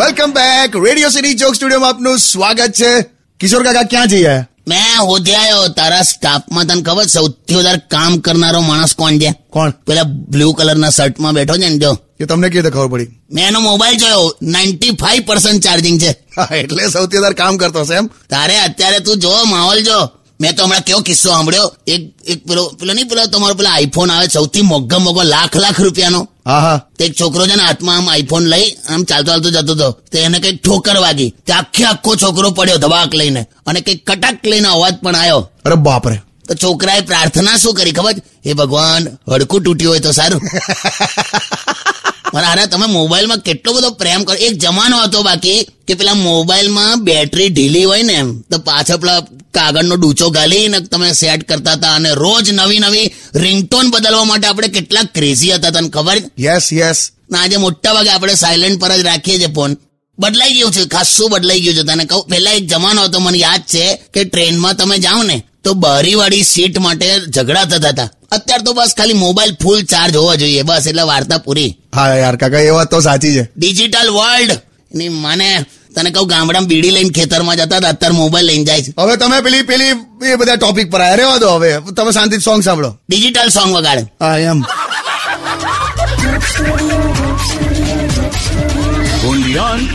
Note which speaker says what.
Speaker 1: Welcome back Radio City joke સ્ટુડિયોમાં આપનું સ્વાગત છે કિશોર કાકા ક્યાં જઈ આવ્યા
Speaker 2: મેં હોદ્યાયો તારા સ્ટાફમાં તને ખબર સૌથી વધારે કામ કરનારો માણસ કોણ છે
Speaker 1: કોણ
Speaker 2: પેલા બ્લુ કલરના શર્ટમાં બેઠો છે ને જો
Speaker 1: એ તમને કેવી રીતે ખબર પડી
Speaker 2: મેં એનો મોબાઈલ જોયો નાઇન્ટી ફાઈવ પર્સન્ટ ચાર્જિંગ છે
Speaker 1: હા, એટલે સૌથી વધારે કામ કરતો હશે એમ
Speaker 2: તારે અત્યારે તું જો માહોલ જો મેં તો હમણાં કેવો કિસ્સો સાંભળ્યો એક એક પેલો પેલો નહીં પેલો તમારો પેલા આઈફોન આવે સૌથી મોઘા મોઘો લાખ લાખ રૂપિયાનો
Speaker 1: હા હા
Speaker 2: તો એક છોકરો છે ને હાથમાં આમ આઈફોન લઈ આમ ચાલતો ચાલતો જતો હતો તો એને કઈક ઠોકર વાગી તે આખે આખો છોકરો પડ્યો ધબાક લઈને અને કઈક કટાક લઈને અવાજ પણ આવ્યો
Speaker 1: અરે બાપરે
Speaker 2: તો છોકરાએ પ્રાર્થના શું કરી ખબર હે ભગવાન હડકું તૂટ્યું હોય તો સારું મારા હારા તમે મોબાઈલમાં કેટલો બધો પ્રેમ કરો એક જમાનો હતો બાકી કે પેલા મોબાઈલમાં બેટરી ઢીલી હોય ને એમ તો પાછળ પેલા કાગળનો ડૂચો ગાલીને તમે સેટ કરતા હતા અને રોજ નવી નવી રિંગટોન બદલવા માટે આપણે કેટલા ક્રેઝી હતા તને ખબર છે?
Speaker 1: યસ યસ
Speaker 2: ના આજે મોટા ભાગે આપણે સાયલેન્ટ પર જ રાખીએ છીએ ફોન બદલાઈ ગયું છે ખાસું બદલાઈ ગયું છે તને કહું પહેલા એક જમાનો હતો મને યાદ છે કે ટ્રેનમાં તમે જાઓ ને તો બારીવાળી સીટ માટે ઝઘડા થતા હતા અત્યાર તો બસ ખાલી મોબાઈલ ફૂલ ચાર્જ હોવા જોઈએ બસ એટલે વાર્તા પૂરી
Speaker 1: હા યાર કાકા એ વાત તો સાચી છે
Speaker 2: ડિજિટલ વર્લ્ડ ની મને તને કહું ગામડામાં બીડી લઈને ખેતરમાં જતા હતા અત્યારે મોબાઈલ લઈને જાય છે
Speaker 1: હવે તમે પેલી પેલી એ બધા ટોપિક પર આવ્યા રહેવા દો હવે તમે શાંતિ સોંગ સાંભળો
Speaker 2: ડિજિટલ સોંગ વગાડે
Speaker 1: હા એમ
Speaker 3: only on